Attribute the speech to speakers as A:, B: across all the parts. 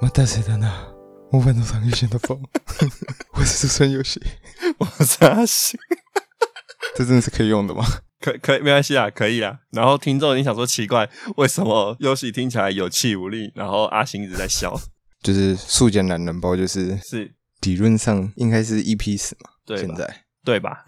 A: 待たせたな。モバの参与选的风， 我是孙游戏，
B: 我是阿信，
A: 这真的是可以用的吗？
B: 可可以没关系啊，可以啊。然后听众已经想说奇怪，为什么游戏听起来有气无力，然后阿信一直在 笑，
A: 就是速减懒人包，就是
B: 是
A: 理论上应该是 EP 十嘛，
B: 对吧
A: 现在
B: 对吧？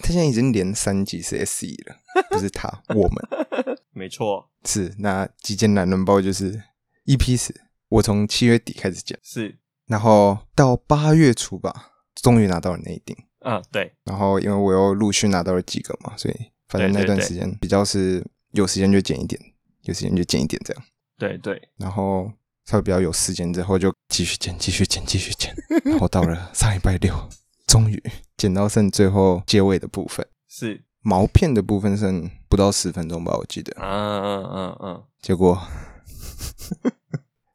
A: 他现在已经连三级是 SE 了，不是他，我们
B: 没错，
A: 是那极简懒人包就是 EP 十，我从七月底开始剪，
B: 是
A: 然后到八月初吧，终于拿到了那一顶。
B: 啊、对，
A: 然后因为我又陆续拿到了几个嘛，所以反正
B: 对对
A: 那段
B: 对
A: 时间比较是有时间就剪一点，有时间就剪一点这样，
B: 对对，
A: 然后稍微比较有时间之后就继续剪，继续剪，继续剪，然后到了上礼拜六，终于剪到剩最后结尾的部分，
B: 是
A: 毛片的部分剩不到十分钟吧，我记得，
B: 啊嗯嗯嗯，
A: 结果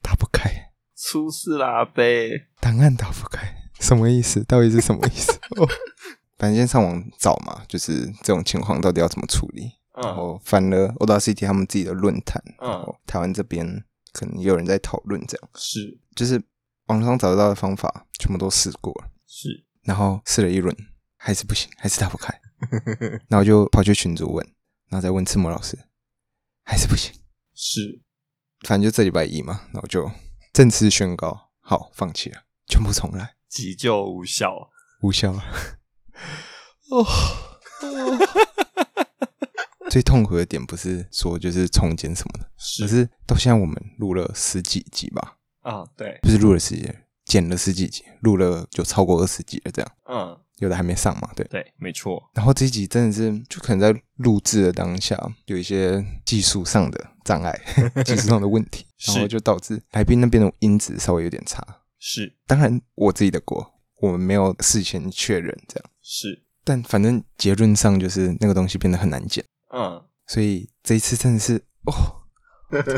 A: 打不开，
B: 出事啦呗，
A: 档案打不开，什么意思？到底是什么意思？哦，反正先上网找嘛，就是这种情况到底要怎么处理？然
B: 嗯
A: 后翻了 Audacity 他们自己的论坛，
B: 嗯
A: 然后台湾这边可能也有人在讨论，这样
B: 是
A: 就是网上找得到的方法全部都试过了，
B: 是，
A: 然后试了一轮还是不行，还是打不开，然后就跑去群主问，然后再问赤木老师，还是不行，
B: 是
A: 反正就这礼拜一嘛，然后就正式宣告好放弃了，全部重来，
B: 急救无效，
A: 无效了。哦， 最痛苦的点不是说就是重建什么的。可
B: 是
A: 是到现在我们录了十几集吧，
B: 啊、对，
A: 不是录了十几，剪了十几集，录了有超过二十集了，这样
B: 嗯，
A: 有的还没上嘛，对。
B: 对，没错，
A: 然后这一集真的是，就可能在录制的当下有一些技术上的障碍，技术上的问题，
B: 是
A: 然后就导致来宾那边的音质稍微有点差。
B: 是
A: 当然我自己的锅，我们没有事前确认这样，
B: 是，
A: 但反正结论上就是那个东西变得很难剪，
B: 嗯，
A: 所以这一次真的是哦，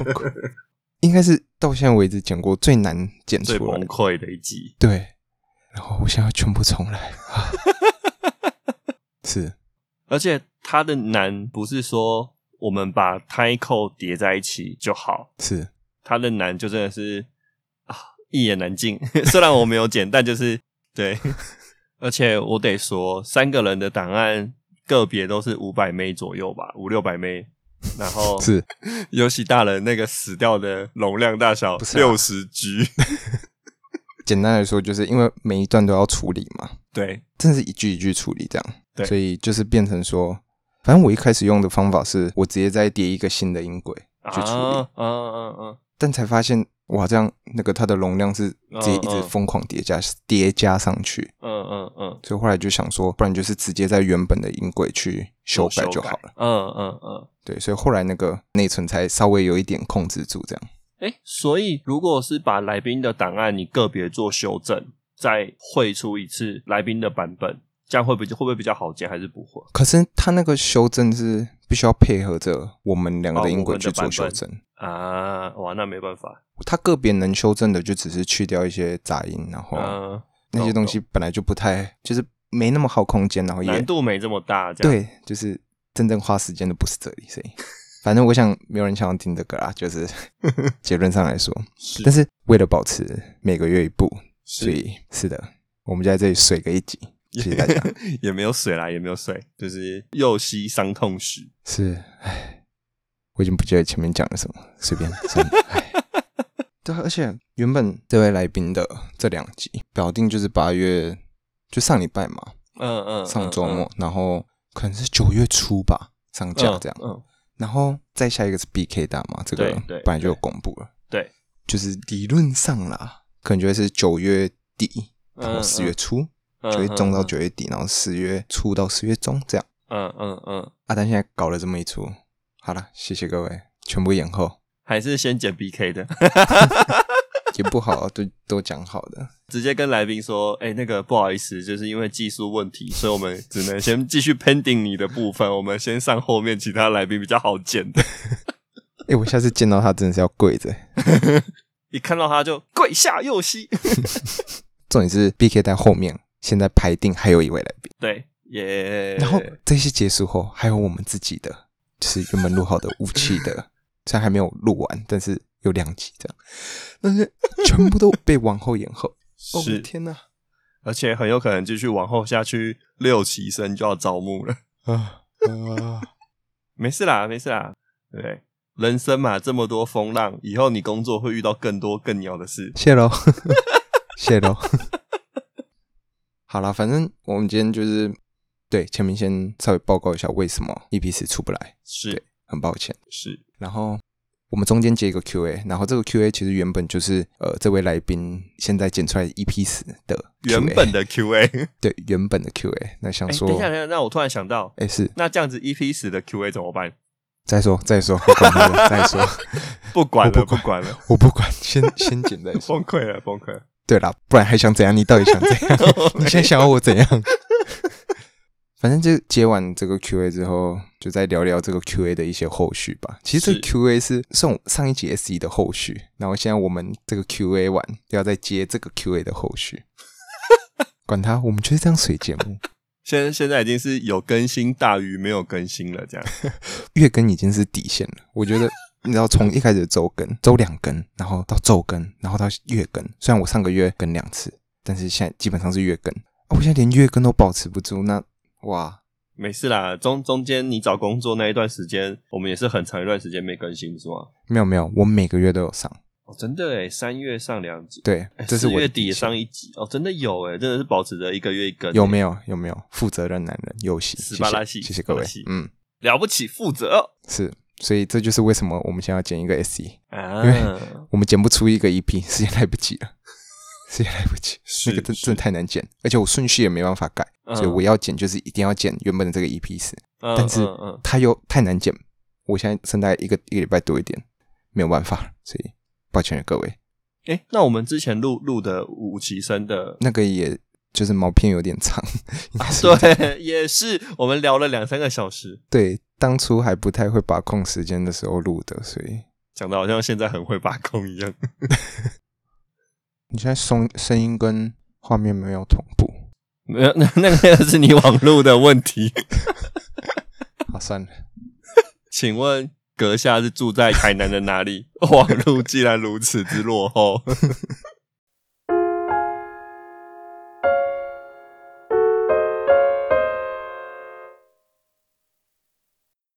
A: 应该是到现在为止剪过最难剪出
B: 最崩
A: 来的。
B: 溃的一集，
A: 对，然后我想要全部重来。 啊是，
B: 而且它的难不是说我们把 title 叠在一起就好，
A: 是，
B: 它的难就真的是啊一言难尽。 虽然我没有剪，但就是对， 而且我得说，三个人的档案个别都是五百枚左右吧，五六百枚。然后
A: 是，
B: 尤其大人那个死掉的容量大小
A: 不是啊
B: 六十 G，
A: 简单来说，就是因为每一段都要处理嘛，
B: 对，
A: 真的是一句一句处理这样，
B: 对
A: 所以就是变成说，反正我一开始用的方法是我直接再叠一个新的音轨
B: 啊
A: 去处理，
B: 啊啊啊！
A: 但才发现哇，这样那个它的容量是直接一直
B: 嗯嗯
A: 疯狂叠加、叠加上去，
B: 嗯嗯嗯，
A: 所以后来就想说，不然就是直接在原本的音轨去修
B: 做
A: 改就好了。。
B: 嗯嗯嗯，
A: 对，所以后来那个内存才稍微有一点控制住，这样
B: 哎，所以如果是把来宾的档案你个别做修正，再汇出一次来宾的版本，这样会比会不会比较好剪，还是不会？
A: 可是它那个修正是必须要配合着我们两个
B: 哦
A: 的音
B: 我
A: 轨
B: 们的
A: 去做
B: 版
A: 修
B: 本
A: 正。
B: 啊，哇，那没办法，
A: 它个别能修正的就只是去掉一些杂音，然后
B: 嗯、
A: 那些
B: 懂
A: 东西本来就不太，就是没那么耗空间，然后也
B: 难度没这么大，这样
A: 对，就是真正花时间的不是这里，所以反正我想没有人想要听这个啦，就是结论上来说，
B: 是
A: 但是为了保持每个月一部，所
B: 是
A: 以是的，我们就在这里水个一集，谢谢大家。
B: 也没有水啦，也没有水，就是右膝伤痛时。
A: 是，唉，我已经不记得前面讲了什么，随便，算了。 唉对啊，而且原本这位来宾的这两集表定就是八月，就上礼拜嘛，
B: 嗯嗯，
A: 上
B: 嗯
A: 周末，然后可能是九月初吧上架这样，
B: 嗯，嗯
A: 然后再下一个是 BK 大嘛，这个
B: 对对
A: 本来就有公布了，
B: 对，
A: 就是理论上啦，可能就会是九月底，然后
B: 嗯
A: 十月初，
B: 嗯
A: 九月中到
B: 嗯
A: 九月底，然后十月初到十月中这样。
B: 嗯嗯嗯，
A: 阿啊丹现在搞了这么一出，好了，谢谢各位，全部延后
B: 还是先剪 BK 的，
A: 也不好，啊都都讲好的，
B: 直接跟来宾说，哎、那个不好意思，就是因为技术问题，所以我们只能先继续 pending 你的部分，我们先上后面其他来宾比较好剪的。
A: 哎、我下次见到他真的是要跪着。
B: 一看到他就跪下右膝，
A: 重点是 B K 在后面，现在排定还有一位来宾，
B: 对，耶、
A: 然后这些结束后还有我们自己的，就是原本录好的武器的，虽然还没有录完，但是有两集这样，但是全部都被往后延后。哦，我的
B: 是，
A: 天哪！
B: 而且很有可能继续往后下去，六期生就要招募了。
A: 啊啊！
B: 没事啦，没事啦，对不对？人生嘛，这么多风浪，以后你工作会遇到更多更鸟的事。
A: 谢喽， 谢喽。好了，反正我们今天就是对前面先稍微报告一下为什么 EP 四出不来，
B: 是
A: 很抱歉。
B: 是，
A: 然后我们中间接一个 Q&A，然后这个 Q&A 其实原本就是呃这位来宾现在剪出来 EP 四的 Q&A,
B: 原本的 Q&A。哎，
A: 对原本的 Q&A。那想说
B: 等一，下，等一下，那我突然想到，
A: 哎、是
B: 那这样子 EP 十的 Q&A 怎么办？
A: 再说再说，我管他的，再 说，
B: 不管了，
A: 我
B: 不
A: 不
B: 管了，
A: 我不管，先先剪再说。
B: 崩溃了，崩溃了。
A: 对啦，不然还想怎样？你到底想怎样？ 你现在想要我怎样？ 反正就接完这个 Q&A 之后，就再聊聊这个 Q&A 的一些后续吧。其实这个 Q&A 是送上一集 S 一的后续，然后现在我们这个 Q&A 完，要再接这个 Q&A 的后续。 管他，我们就是这样水节目，
B: 现在现在已经是有更新大于没有更新了，这样
A: 月更已经是底线了。我觉得，你知道，从一开始的周更、周两更，然后到周更，然后到月更。虽然我上个月更两次，但是现在基本上是月更。啊、我现在连月更都保持不住，那哇，
B: 没事啦。中中间你找工作那一段时间，我们也是很长一段时间没更新，不是吗？
A: 没有没有，我每个月都有上。
B: 哦，真的诶，三月上两集，
A: 对
B: 诶，
A: 这是
B: 哎四
A: 我的
B: 月
A: 底
B: 底也
A: 线
B: 上一集，哦，真的有诶，真的是保持着一个月一更，
A: 有没有有没有负责任男人游戏？
B: 斯
A: 谢
B: 巴
A: 谢
B: 拉系
A: 谢谢
B: 斯巴
A: 各
B: 拉
A: 位
B: 系。
A: 嗯，
B: 了不起，负责
A: 是，所以这就是为什么我们现在要剪一个 S E，
B: 啊
A: 因为我们剪不出一个 E P，时 间来不及了，时间来不及，
B: 是
A: 那个真真的太难剪，而且我顺序也没办法改，所以我要剪就是一定要剪原本的这个 E P 四，
B: 嗯
A: 但是
B: 嗯嗯
A: 它又太难剪，我现在剩大概一个一个礼拜多一点，没有办法，所以抱歉了各位，
B: 哎、诶那我们之前录录的五期生的，
A: 那个也就是毛片有点长， 应该是
B: 啊 对，也是我们聊了两三个小时，
A: 对，当初还不太会把控时间的时候录的，所以
B: 讲的好像现在很会把控一样。
A: 你现在声声音跟画面没有同 步。
B: 没有，那 那个是你网络的问题。
A: 好，算了，
B: 请问阁下是住在台南的哪里？ 网络既然如此之落后，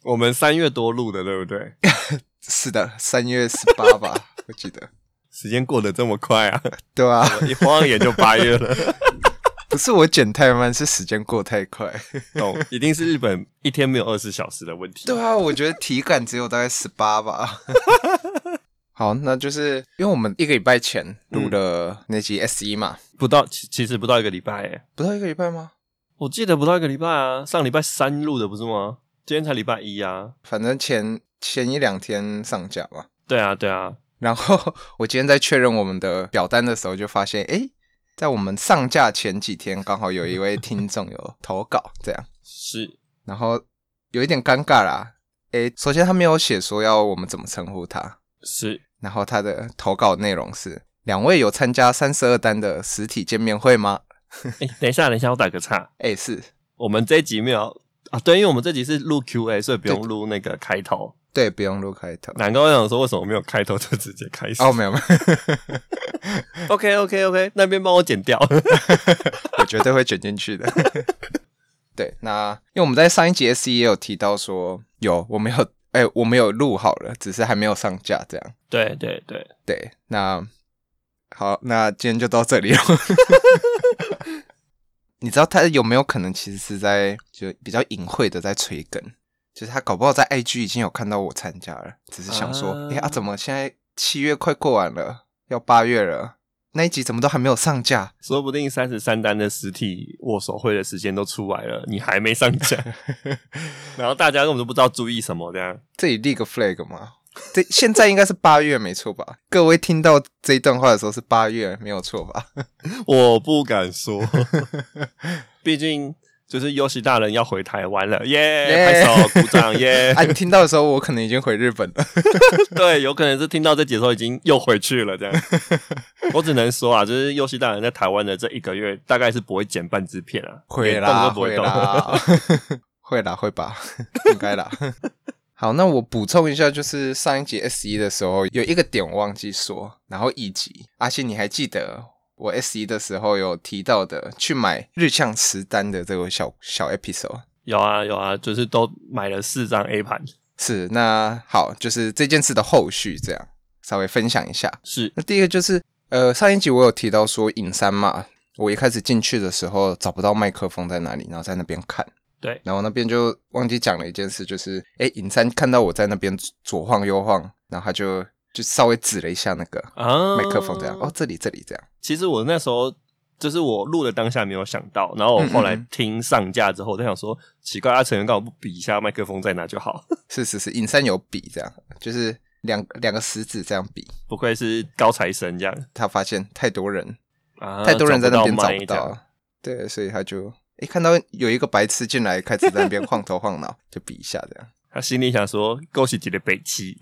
B: 我们三月多录的，对不对？
A: 是的，三月十八 吧，我记得。
B: 时间过得这么快啊，
A: 对啊，
B: 一晃眼就八月了。
A: 不是我剪太慢，是时间过太 快。
B: 懂，一定是日本一天没有二十小时的问题。
A: 对啊，我觉得体感只有大概十八 吧。好，那就是因为我们一个礼拜前录了那集 S 一嘛，
B: 不到，其其实不到一个礼拜诶，
A: 不到一个礼拜吗？
B: 我记得不到一个礼拜啊，上礼拜三录的不是吗？今天才礼拜一啊。
A: 反正前前一两天上架吧。
B: 对啊，对啊，
A: 然后我今天在确认我们的表单的时候，就发现，诶，在我们上架前几天，刚好有一位听众有投稿，这样，
B: 是
A: 然后有一点尴尬啦。诶，首先他没有写说要我们怎么称呼他，
B: 是，
A: 然后他的投稿内容是：两位有参加三十二单的实体见面会吗？
B: 哎、等一下，等一下，我打个岔，
A: 诶，是
B: 我们这一集没有啊，对，因为我们这集是录 Q&A，所以不用录那个开头。
A: 对，不用录开头。
B: 难怪我想说，为什么没有开头就直接开始、
A: 哦，没有没有，
B: o k OK OK，那边帮我剪掉。
A: 我绝对会卷进去的。 对，那因为我们在上一集 S 也有提到说，有我们有哎、我们有录好了，只是还没有上架这样。
B: 对对对，
A: 对，那好，那今天就到这里了。 你知道他有没有可能其实是在就比较隐晦的在催更？就是他搞不好在 IG 已经有看到我参加了，只是想说，
B: 啊
A: 哎、啊，怎么现在七月快过完了，要八月了，那一集怎么都还没有上架？
B: 说不定三十三单的实体握手会的时间都出来了，你还没上架， 然后大家根本就不知道注意什么这样。
A: 这里立个 flag 吗？这现在应该是八月没错吧？ 各位听到这一段话的时候是八月没有错吧？
B: 我不敢 说，毕竟就是优喜大人要回台湾了，耶、
A: 耶
B: 拍手鼓掌，耶、
A: 啊，你听到的时候我可能已经回日本了。
B: 对，有可能是听到这节的时候已经又回去了，这样。我只能说啊，就是优喜大人在台湾的这一个月，大概是不会剪半支片啊，
A: 会
B: 连动
A: 啦，
B: 都不会
A: 会
B: 动。
A: 啦，会啦，会吧，应该啦。 好，那我补充一下，就是上一集 S E 一的时候有一个点我忘记说，然后一集阿信，你还记得我 S E 一的时候有提到的去买日向磁单的这个小小 episode？
B: 有啊有啊，就是都买了四张 A 盘，
A: 是，那好，就是这件事的后续，这样稍微分享一下。
B: 是
A: 那第一个就是，呃，上一集我有提到说隐山嘛，我一开始进去的时候找不到麦克风在哪里，然后在那边看，
B: 对
A: 然后那边就忘记讲了一件事，就是，哎，隐山看到我在那边左晃右晃，然后他就就稍微指了一下那个
B: 啊，
A: 麦克风，这样，哦，这里这里这样，
B: 其实我那时候就是我录的当下没有想到，然后我后
A: 嗯
B: 来
A: 嗯
B: 听上架之后，我在想说，奇怪，啊阿成员刚好不比一下麦克风在哪就好，
A: 是是是，隐山有比这样，就是两两个食指这样比，
B: 不愧是高材生这样
A: 他发现太多人
B: 啊，
A: 太多人在那边找
B: 麦
A: 不
B: 这样
A: 到，对，所以他就一看到有一个白痴进来，开始在那边晃头晃脑， 就比一下这样。
B: 他心里想说，恭喜姐的 北七，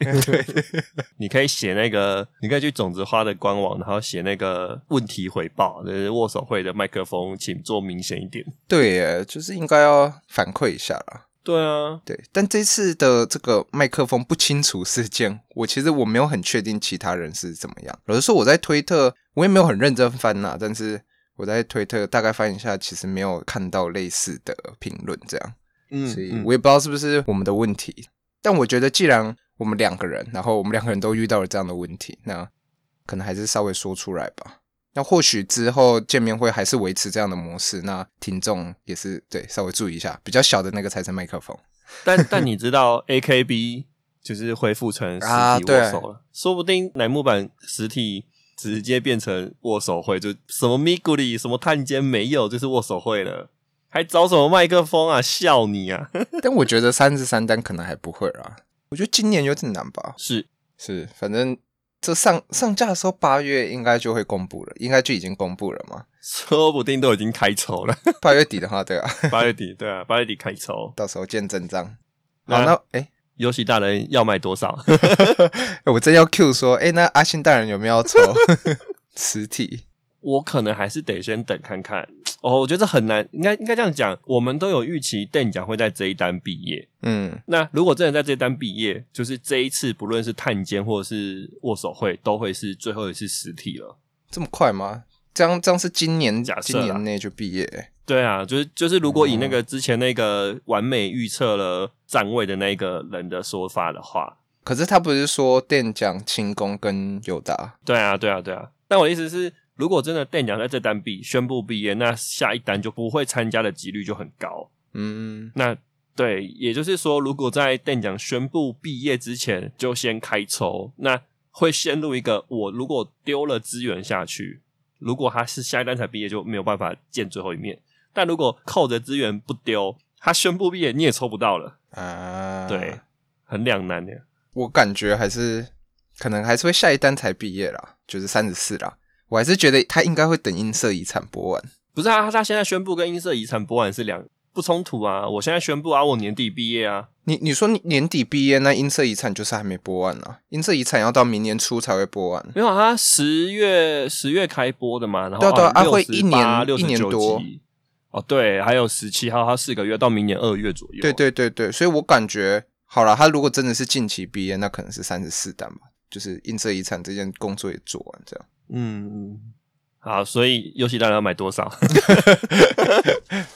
B: 你可以写那个，你可以去种子花的官网，然后写那个问题回报，就是握手会的麦克风，请做明显一点。
A: 对耶，就是应该要反馈一下啦。
B: 对啊，
A: 对，但这次的这个麦克风不清楚事件，我其实我没有很确定其他人是怎么样。老实说，我在推特我也没有很认真翻啦，但是我在推特大概翻一下，其实没有看到类似的评论这样。
B: 嗯
A: 所以
B: 嗯
A: 我也不知道是不是我们的问题。但我觉得，既然我们两个人，然后我们两个人都遇到了这样的问题，那可能还是稍微说出来吧。那或许之后见面会还是维持这样的模式，那听众也是对稍微注意一下，比较小的那个才是麦克 风。
B: 但但你知道 A K B 就是恢复成实
A: 啊
B: 体
A: 对
B: 握手了，说不定乃木坂实体直接变成握手会，就什么咪咕里什么探监没有，就是握手会了，还找什么麦克风啊？笑你啊！
A: 但我觉得三十三单可能还不会啦，我觉得今年有点难吧。
B: 是
A: 是，反正这上上架的时候八月应该就会公布了，应该就已经公布了嘛。
B: 说不定都已经开筹了，
A: 八月底的话，对啊，
B: 八月底对啊，八月底开筹，
A: 到时候见真章。好，
B: 那
A: 那哎、
B: 游戏大人要卖多少？
A: 欸我真要 Q 说，哎、那阿信大人有没有 要抽实体？
B: 我可能还是得先等看看。哦，我觉得这很难，应该应该这样讲，我们都有预期邓奖会在这一单毕业，
A: 嗯，
B: 那如果真的在这单毕业，就是这一次不论是探监或者是握手会，都会是最后一次实体了。
A: 这么快吗？这样这样是今年
B: 假设
A: 今
B: 啦
A: 年内就毕业、欸
B: 对啊，就是就是，如果以那个之前那个完美预测了站位的那个人的说法的话，
A: 可是他不是说电奖、轻功跟友达？
B: 对啊，对啊，对啊。但我的意思是，如果真的店长在这单毕宣布毕业，那下一单就不会参加的几率就很高。
A: 嗯，
B: 那对，也就是说，如果在店长宣布毕业之前就先开抽，那会陷入一个我如果丢了资源下去，如果他是下一单才毕业，就没有办法见最后一面。但如果扣着资源不丢，他宣布毕业你也抽不到了，
A: 啊，
B: 对，，很两难的。
A: 我感觉还是可能还是会下一单才毕业啦，就是三十四啦。我还是觉得他应该会等音色遗产播完。
B: 不是啊，他他现在宣布跟音色遗产博览是两不冲突啊。我现在宣布啊，我年底毕业啊，
A: 你你说你年底毕业，那音色遗产就是还没播完啊，音色遗产要到明年初才会播完。
B: 没有啊，他十月十月开播的嘛，然后
A: 对啊对啊
B: 啊
A: 啊会一年
B: 六
A: 一
B: 十
A: 年
B: 九
A: 多
B: 集哦，对，还有十七号，他四个月到明年二月左右，
A: 对，对对对，所以我感觉好了，他如果真的是近期毕业，那可能是三十四单吧，就是映射遗产这件工作也做完这样。
B: 嗯，嗯好，所以游戏大人要买多少？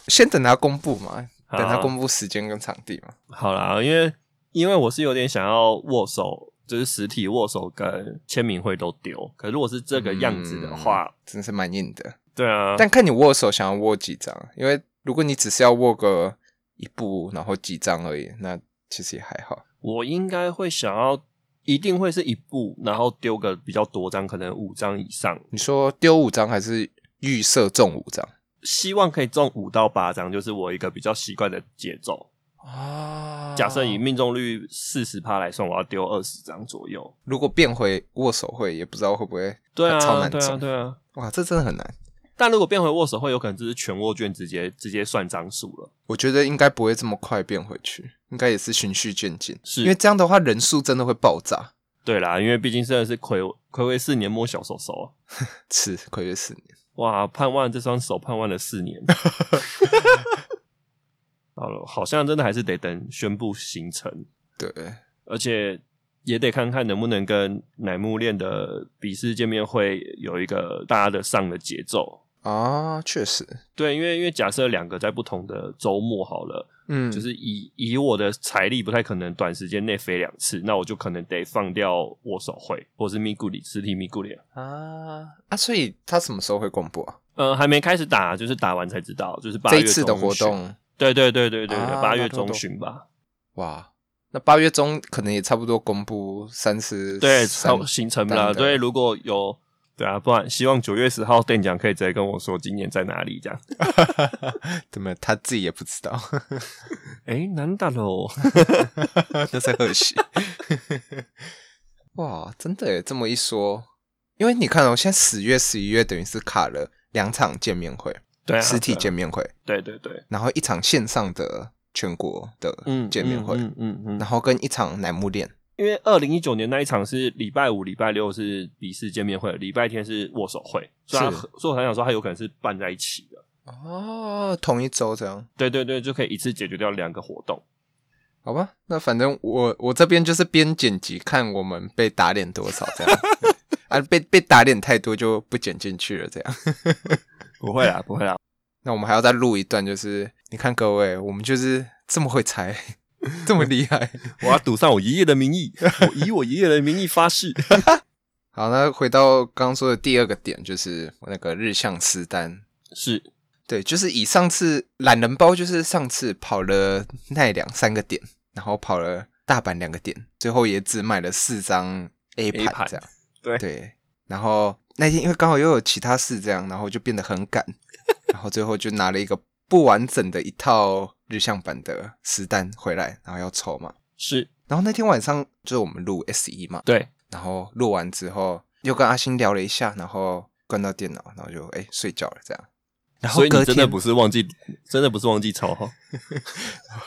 A: 先等他公布嘛，
B: 好
A: 等他公布时间跟场地嘛。
B: 好啦，因为因为我是有点想要握手，就是实体握手跟签名会都丢，可如果是这个样子的话，
A: 嗯真是蛮硬的，
B: 对啊，
A: 但看你握手想要握几张，啊因为如果你只是要握个一步，然后几张而已，那其实也还好。
B: 我应该会想要。一定会是一部，然后丢个比较多张，可能五张以上，
A: 你说丢五张还是预设中五张
B: 希望可以中五到八张，就是我一个比较习惯的节奏。
A: 啊
B: 假设以命中率四十趴来算，我要丢二十张左右。
A: 如果变回握手会，也不知道会不会
B: 对 啊，
A: 超难
B: 对啊，
A: 中。
B: 对啊。
A: 哇，这真的很难。
B: 但如果变回握手会，有可能就是全握卷直接直接算张数了。
A: 我觉得应该不会这么快变回去，应该也是循序渐进。
B: 是
A: 因为这样的话人数真的会爆炸，
B: 对啦，因为毕竟真的是魁魁违四年摸小手手啊，
A: 是亏了四年。
B: 哇，盼望这双手盼望了四 年。好了，好像真的还是得等宣布行程。
A: 对，
B: 而且也得看看能不能跟乃木练的笔试见面会有一个大家的上的节奏。
A: 啊，确实，
B: 对，因为因为假设两个在不同的周末好了，
A: 嗯，
B: 就是以以我的财力不太可能短时间内飞两次，那我就可能得放掉握手会或是咪咕里实体咪咕里。
A: 啊啊，所以他什么时候会公布啊？
B: 呃，还没开始打，就是打完才知道，就是八
A: 这
B: 月
A: 一次的
B: 中旬
A: 活，动，
B: 对对对对对对，
A: 啊
B: 八、
A: 那
B: 月
A: 这么
B: 中
A: 多
B: 旬吧，
A: 哇，那八月中可能也差不多公布三十
B: 对，
A: 三
B: 超行程
A: 单
B: 啦，
A: 的
B: 对，如果有对啊，不然希望九月十号店长可以直接跟我说今年在哪里这样。
A: 怎么他自己也不知道，
B: 哎，难打喽，
A: 那是贺喜。哇，真的耶，这么一说，因为你看哦，现在十月、十一月等于是卡了两场见面会，
B: 对啊，
A: 实体
B: 对啊
A: 见面会，
B: 对对对，
A: 然后一场线上的全国的
B: 嗯，
A: 见面会，
B: 嗯嗯嗯嗯
A: 然后跟一场乃木恋。
B: 因为二零一九年那一场是礼拜五、礼拜六是笔试见面会，礼拜天是握手会，所以他
A: 是
B: 所以我才想说他有可能是办在一起的。
A: 哦，同一周这样，
B: 对对对，就可以一次解决掉两个活动。
A: 好吧？那反正我我这边就是边剪辑看我们被打脸多少这样， 啊，被被打脸太多就不剪进去了这样。
B: 不会啦，不会啦，
A: 那我们还要再录一段，就是你看各位，我们就是这么会猜，这么厉害。
B: 我要赌上我爷爷的名义， 我以我爷爷的名义发誓。
A: 好，那回到刚刚说的第二个点，就是那个日向私单。
B: 是，
A: 对，就是以上次懒人包，就是上次跑了奈良三个点，然后跑了大阪两个点，最后也只买了四张 A
B: A
A: 盘
B: 盘
A: 这样。
B: 对
A: 然后那天因为刚好又有其他事这样，然后就变得很赶，然后最后就拿了一个不完整的一套日向版的实单回来，然后要抽嘛。
B: 是，
A: 然后那天晚上就是我们录 S 一嘛，
B: 对，
A: 然后录完之后又跟阿星聊了一下，然后关到电脑，然后就哎睡觉了这样。然后
B: 所以
A: 隔
B: 你真的
A: 天
B: 不是忘记，真的不是忘记抽哦哈。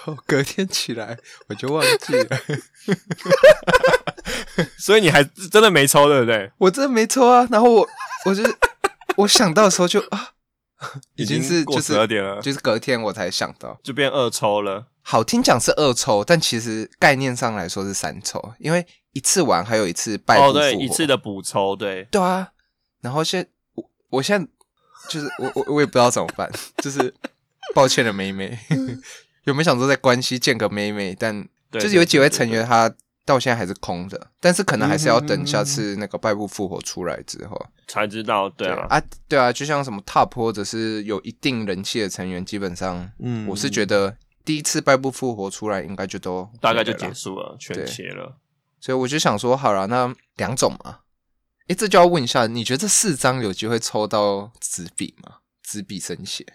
A: 后隔天起来我就忘记了，
B: 所以你还真的没抽，对不对？
A: 我真的没抽啊。然后我我就我想到的时候就啊，已经是
B: 过
A: 就是
B: 十二点了，
A: 就是隔天我才想到。
B: 就变二抽了。
A: 好听讲是二抽，但其实概念上来说是三抽，因为一次玩还有一次拜
B: 哦，
A: 部
B: 对，
A: 复活
B: 一次的补抽，对，
A: 对啊。然后现我我现在就是我我我也不知道怎么办，就是抱歉了妹妹， 有没有想说在关系见个妹妹？但
B: 对
A: 就是有几位成。
B: 对对对
A: 员他到现在还是空的，但是可能还是要
B: 嗯
A: 等下次那个败部复活出来之后。
B: 才知道，对啊，
A: 啊，对啊，就像什么 TOP 或者是有一定人气的成员，基本上，
B: 嗯
A: 我是觉得第一次败部复活出来应该就都
B: 大概就
A: 结
B: 结
A: 束。
B: 束了，全
A: 对
B: 切了。
A: 所以我就想说，好了，那两种嘛，诶，这就要问一下，你觉得这四张有机会抽到纸笔吗？纸笔生写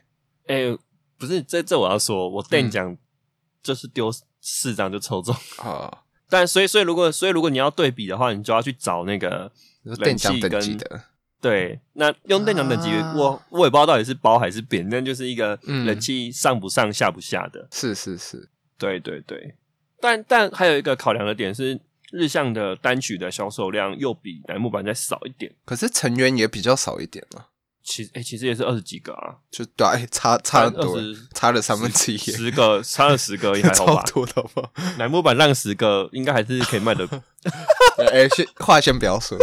B: 哎、不是，这这我要说，我跟你
A: 嗯
B: 讲，就是丢四张就抽中。
A: 啊，
B: 但所以所以如果所以如果你要对比的话，你就要去找那个
A: 就是
B: 人
A: 电
B: 气
A: 奖
B: 跟
A: 等级的，
B: 对，那用电奖等级，
A: 啊
B: 我我也不知道到底是包还是扁，但就是一个
A: 嗯
B: 人气上不上下不下的。
A: 是是是，
B: 对对对，但但还有一个考量的点是，日向的单曲的销售量又比楠木板再少一点。
A: 可是成员也比较少一点嘛，
B: 其实，哎、其实也是二十几个啊，
A: 就对啊、诶差差很多
B: 20，
A: 差 了三分之一耶，
B: 十个差了十个也还好
A: 超
B: 吧。
A: 多的好不好？
B: 楠木板让十个，应该还是可以卖的。
A: 哎、先话先不要说，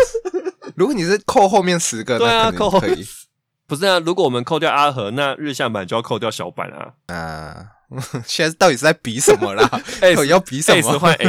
A: 如果你是扣后面十个，
B: 对啊，
A: 那
B: 扣
A: 肯定可以
B: 不是啊，如果我们扣掉阿和，那日向版就要扣掉小版啊。
A: 啊。 现在到底是在比什么啦？
B: 哎
A: 到底要比什
B: S
A: 么？
B: 换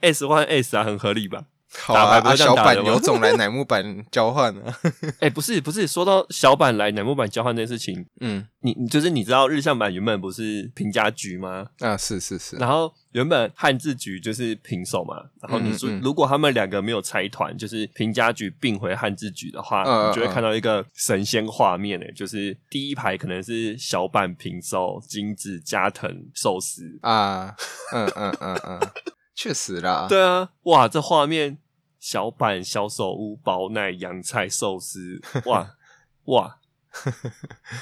B: S，S 换 S 啊，很合理吧？
A: 好
B: 打牌
A: 啊，
B: 不是
A: 啊
B: 这
A: 小
B: 样打的
A: 板
B: 吗
A: 有种来乃木板交换啊。
B: 哎、不是不是，说到小版来楠木版交换这件事情，
A: 嗯
B: 你你就是你知道日向版原本不是平价局吗？
A: 啊，是是是，
B: 然后原本汉字局就是平手嘛，然后你说、
A: 嗯嗯嗯
B: 如果他们两个没有拆团，就是平家局并回汉字局的话，
A: 嗯嗯
B: 你就会
A: 嗯
B: 看到一个神仙画面诶、就是第一排可能是小坂平手、金子、加藤、寿司，
A: 啊，嗯嗯嗯嗯，确实啦。
B: 对啊，哇，这画面小坂、小手屋、包奈、洋菜、寿司，哇 哇。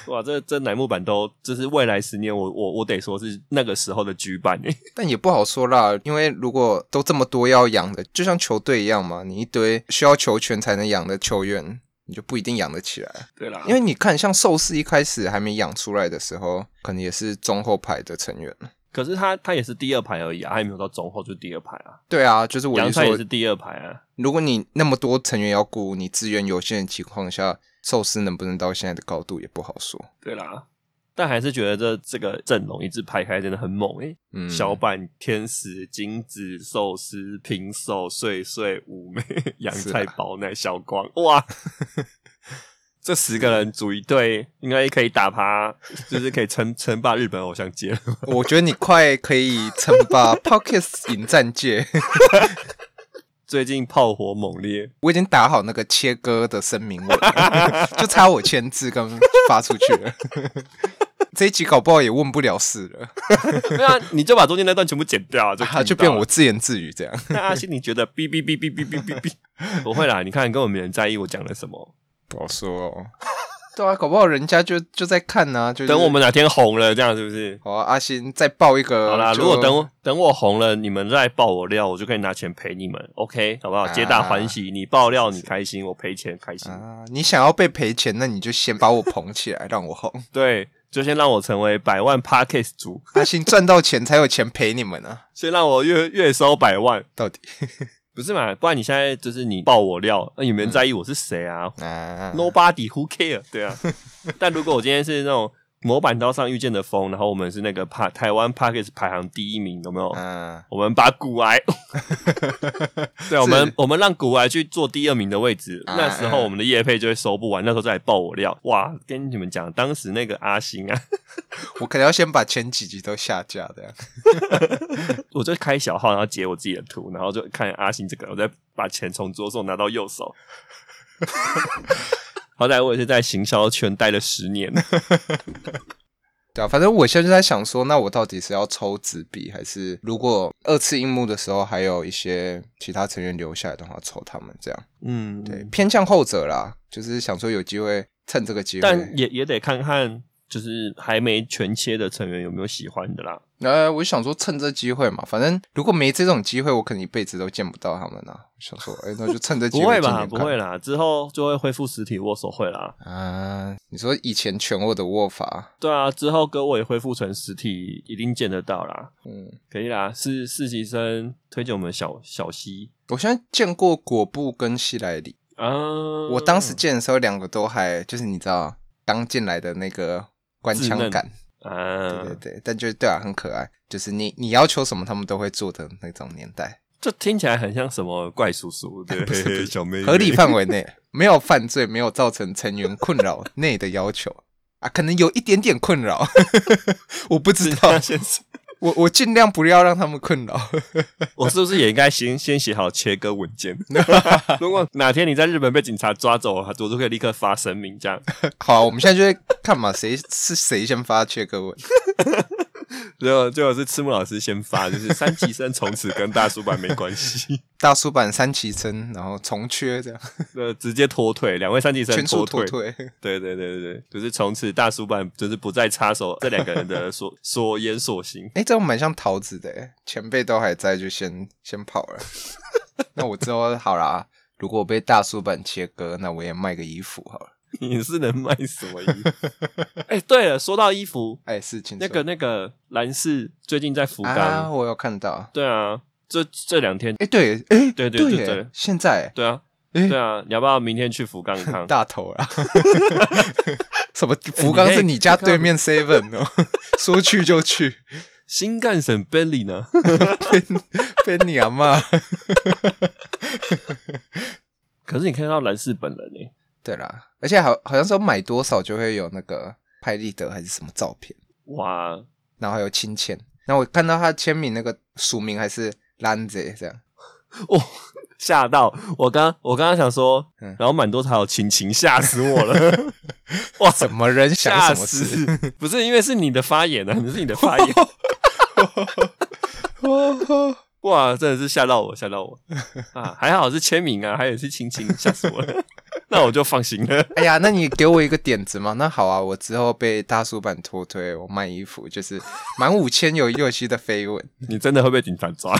B: 哇，这这乃木坂都，就是未来十年我，我我得说是那个时候的局版欸诶、
A: 但也不好说啦，因为如果都这么多要养的，就像球队一样嘛，你一堆需要球权才能养的球员，你就不一定养得起来。
B: 对啦，
A: 因为你看，像寿司一开始还没养出来的时候，可能也是中后排的成员，
B: 可是他他也是第二排而已啊，他也没有到中后，就第二排啊。
A: 对啊，就是我
B: 杨
A: 就
B: 帅也
A: 说
B: 是，第二排啊，
A: 如果你那么多成员要顾，你资源有限的情况下，寿司能不能到现在的高度也不好说。
B: 对啦。但还是觉得这这个阵容一字排开真的很猛诶、
A: 嗯，
B: 小坂、天使、金子、寿司、平手、碎碎、五 妹、洋菜、宝
A: 啊
B: 奶、小光，哇！ 这十个人组一队，应该可以打趴，就是可以称 称霸日本偶像界了。
A: 我觉得你快可以称霸 Pocket 影战界。
B: 最近炮火猛 烈，
A: 我已经打好那个切割的声明文了， 就差我签字跟发出去了。 这一集搞不好也问不了事 了，
B: 对啊，你就把中间那段全部剪掉啊，就
A: 啊、就变我。自言自语这样。
B: 那阿信你觉得哔哔哔哔哔哔哔哔， 不会啦，你看根本没人在意我讲了什么。
A: 不好说哦。 对啊，搞不好人家就就在看呢、啊，就是
B: 等我们哪天红了，这样是不是？
A: 好、啊、阿星再爆一个。
B: 好啦，
A: 就
B: 如果等我等我红了，你们再爆我料，我就可以拿钱赔你们，OK，好不好？
A: 啊
B: 皆大欢喜，你爆料你开心，我赔钱开心。
A: 啊，你想要被赔钱，那你就先把我捧起来， 让我红。
B: 对，就先让我成为百万 Parkes 族，
A: 阿星赚到钱才有钱赔你们啊，
B: 先让我月月收百万，
A: 到 底
B: 不是嘛？不然你现在就是你爆我料，那有没有人在意我是谁啊
A: 啊
B: ？Nobody who care，对啊。但如果我今天是那种模板刀上遇见的风，然后我们是那个帕台湾 Parkes 排行第一名，有没有？
A: 啊，
B: 我们把骨 癌，对，我们我们让骨癌去做第二名的位置，
A: 啊
B: 那时候我们的业配就会收不完，那时候再来爆我料，哇！跟你们讲，当时那个阿星啊，
A: 我可能要先把前几集都下架的呀。
B: 我就开小号，然后截我自己的图，然后就看阿星这个，我再把钱从左手拿到右 手。好歹我也是在行销圈待了十年，
A: 对啊，反正我现在就在想说，那我到底是要抽纸币，还是如果二次樱幕的时候还有一些其他成员留下来的话，抽他们这样？
B: 嗯，
A: 对，。偏向后者啦，就是想说有机会趁这个机会。
B: 但也也得看看，就是还没全切的成员有没有喜欢的啦。
A: 呃，我就想说趁这机会嘛，反正如果没这种机会，我可能一辈子都见不到他们了。我想说，哎、那就趁这机
B: 不
A: 会
B: 会
A: 见
B: 吧？
A: 见
B: 不
A: 看
B: 会啦，之后就会恢复实体握手会啦。
A: 啊！你说以前拳握的握法，
B: 对啊，之后歌尾恢复成实体，一定见得到啦，
A: 嗯，
B: 可以啦。是实习生推荐我们小小西
A: 我现在见过果布跟希莱里，
B: 啊，
A: 我当时见的时候，两个都还就是你知道刚进来的那个官
B: 稚
A: 腔
B: 嫩
A: 感。
B: 啊，
A: 对对对，但就是对啊，很可爱，就是你你要求什么，他们都会做的那种年代，
B: 这听起来很像什么怪叔叔，对，
A: 不是不是
B: 小妹妹
A: 合 理范围内，没有犯罪，没有造成成员困扰内的要求啊，可能有一点点困扰， 我不知
B: 是
A: 道
B: 他，先生。
A: 我我尽量不要让他们困扰。
B: 我是不是也应该先先写好切割 文件？如果哪天你在日本被警察抓走，我就可以立刻发声明，这样
A: 好啊、我们现在就在看嘛， 谁是谁先发切各位，
B: 最后最后是赤木老师先 发，就是三级生从此跟大叔版没关系，
A: 大叔版三旗真，然后重缺这样，
B: 呃，直接脱退，两位三级生
A: 全
B: 脱
A: 数
B: 退
A: 脱。退。
B: 对对对对对，就是从此大叔版就是不再插手这两个人的所 所言所行。
A: 哎、这样蛮像桃子的欸，前辈都还在，就先先跑了。 那我之后好啦，如果我被大叔版切割，那我也卖个衣服好了。
B: 你是能卖什么衣 服？哎、对了，说到衣服，
A: 哎、是请
B: 那
A: 说
B: 个那个蓝氏最近在福冈，
A: 啊，我有看到。
B: 对啊，这这两天，
A: 哎、对，哎、
B: 对对
A: 对
B: 对
A: 耶
B: 对
A: 现在
B: 对啊，
A: 哎
B: 对啊，你要不要明天去福冈 看？
A: 大头 啦。什么
B: 哎
A: 福冈是你家对面 seven 哦，说去就去，
B: 新干省 Bentley 呢？
A: 被你阿妈。
B: 可是你看到蓝氏本人呢、
A: 对啦，而且好好像说买多少就会有那个拍立得还是什么照片。
B: 哇，
A: 然后还有亲签。那我看到他签名那个署名还是兰子这样，
B: 哦，吓到我刚我刚刚想说，
A: 嗯
B: 然后满多才有亲亲，吓死我 了！哇，
A: 什么人想
B: 吓
A: 什么事？
B: 死！不是因为是你的发言啊，你是你的发 言，哇，真的是吓到我，吓到我啊！还好是签名啊，还有是亲亲，吓死我 了。那我就放心了。
A: 哎呀，那你给我一个点子嘛？那好啊，我之后被大叔版拖推，我卖衣服就是满五千有右膝的飞吻。
B: 你真的会被警察抓。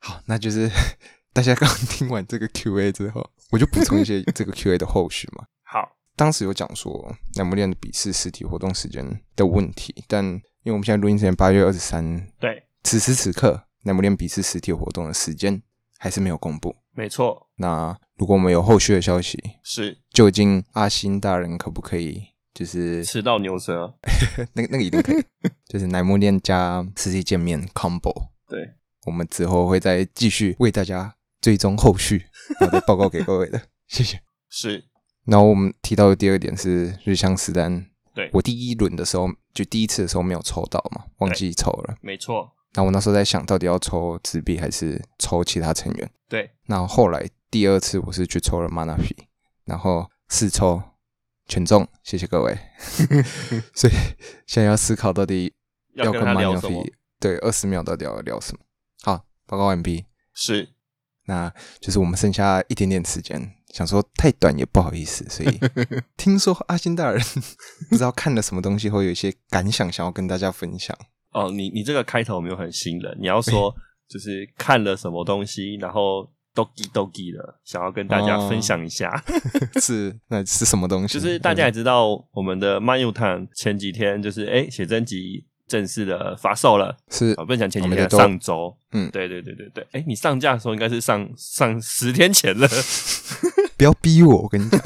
A: 好，那就是 大家刚听完这个 Q&A 之后，我就补充一些这个 Q&A 的后续嘛。
B: 好，
A: 当时有讲说南模链的笔试实体活动时间的问题，但因为我们现在录音时间八月二十三，
B: 对，
A: 此时此刻南模链笔试实体活动的时间还是没有公布。
B: 没错，
A: 那如果我们有后续的消息，
B: 是
A: 究竟阿星大人可不可以就是
B: 吃到牛舌。
A: 那个那个一定可以，就是奶木店加实际见面 combo。
B: 对，
A: 我们之后会再继续为大家追踪后续，然后再报告给各位的，谢谢。
B: 是
A: 然后我们提到的第二点是日向实单，
B: 对
A: 我第一轮的时候就第一次的时候没有抽到嘛，忘记抽了。
B: 没错，
A: 那我那时候在想到底要抽纸币还是抽其他成员。
B: 对，
A: 那后来第二次我是去抽了 mana 皮，然后试抽全中，谢谢各位。 所以现在要思考到底
B: 要跟
A: 跟
B: 他
A: 马
B: 聊
A: 鸟
B: 什么？
A: 皮对二十秒到底要聊什么？好，报告完毕。
B: 是
A: 那就是我们剩下一点点时间，想说太短也不好意思，所以听说阿星大人 不知道看了什么东西后有一些感想，想要跟大家分享。
B: 哦，你你这个开头没有很新人，你要说就是看了什么东西，然后都叽都叽的，想要跟大家
A: 哦
B: 分享 一下。
A: 是，那是什么东西？
B: 就是大家也知道，我们的 Man U t a n 前几天就是哎写真集正式的发售了，
A: 是
B: 啊，不能讲前几
A: 我们
B: 天，
A: 的都
B: 上周，
A: 嗯
B: 对对对对对，哎，你上架的时候应该是上上十天 前了，
A: 不要逼我，我跟 你讲，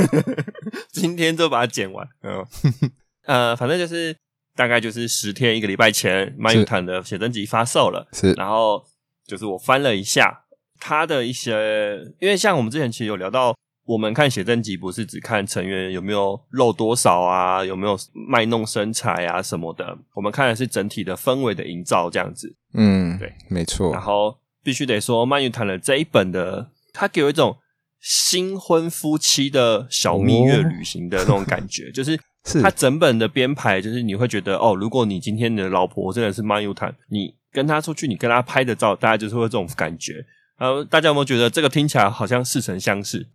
B: 今天就把它剪完，嗯， 呃，反正就是大概就是十天一个礼拜前 Man U t a n 的写真集发售了，
A: 是
B: 然后就是我翻了一下他的一些，因为像我们之前其实有聊到，我们看写真集不是只看成员有没有露多少啊，有没有卖弄身材啊什么的，我们看的是整体的氛围的营造这样子。
A: 嗯，
B: 对，
A: 没错
B: 然，后必须得说，曼玉谈了这一本的，他给我一种新婚夫妻的小蜜月旅行的那种感 觉，就是
A: 是
B: 它整本的编排，就是你会觉得哦，如果你今天你的老婆真的是曼玉谈，你跟她出去，你跟她拍的照，大家就是会有这种感觉。然后大家有没有觉得这个听起来好像似曾相 识？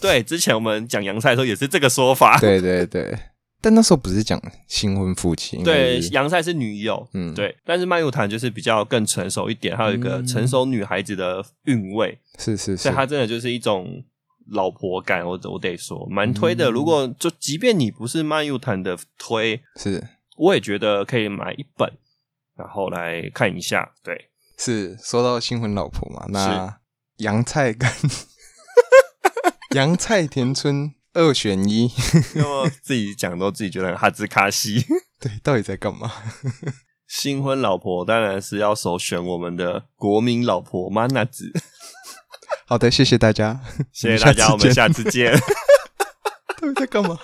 B: 对，之前我们讲洋菜的时候也是这个说法。
A: 对对对。但那时候不是讲新婚夫妻，应该
B: 对，
A: 是
B: 杨赛是女友，
A: 嗯
B: 对，但是曼玉谈就是比较更成熟一点，还有一个
A: 嗯
B: 成熟女孩子的韵味。
A: 是是
B: 所
A: 是
B: 以，它真的就是一种老婆感，我我得说蛮推的。如果就即便你不是漫游谈的推，
A: 是
B: 我也觉得可以买一本，然后来看一下。对，
A: 是说到新婚老婆嘛，那洋菜 跟洋菜田村二选一，
B: 那么 自己讲都自己觉得很哈兹卡西。
A: 对，到底在干嘛？
B: 新婚老婆当然是要首选我们的国民老婆 Mana 子，
A: 好的，谢谢大家，
B: 谢谢大家，我们
A: 下
B: 下次见。
A: 次见 到底在干嘛？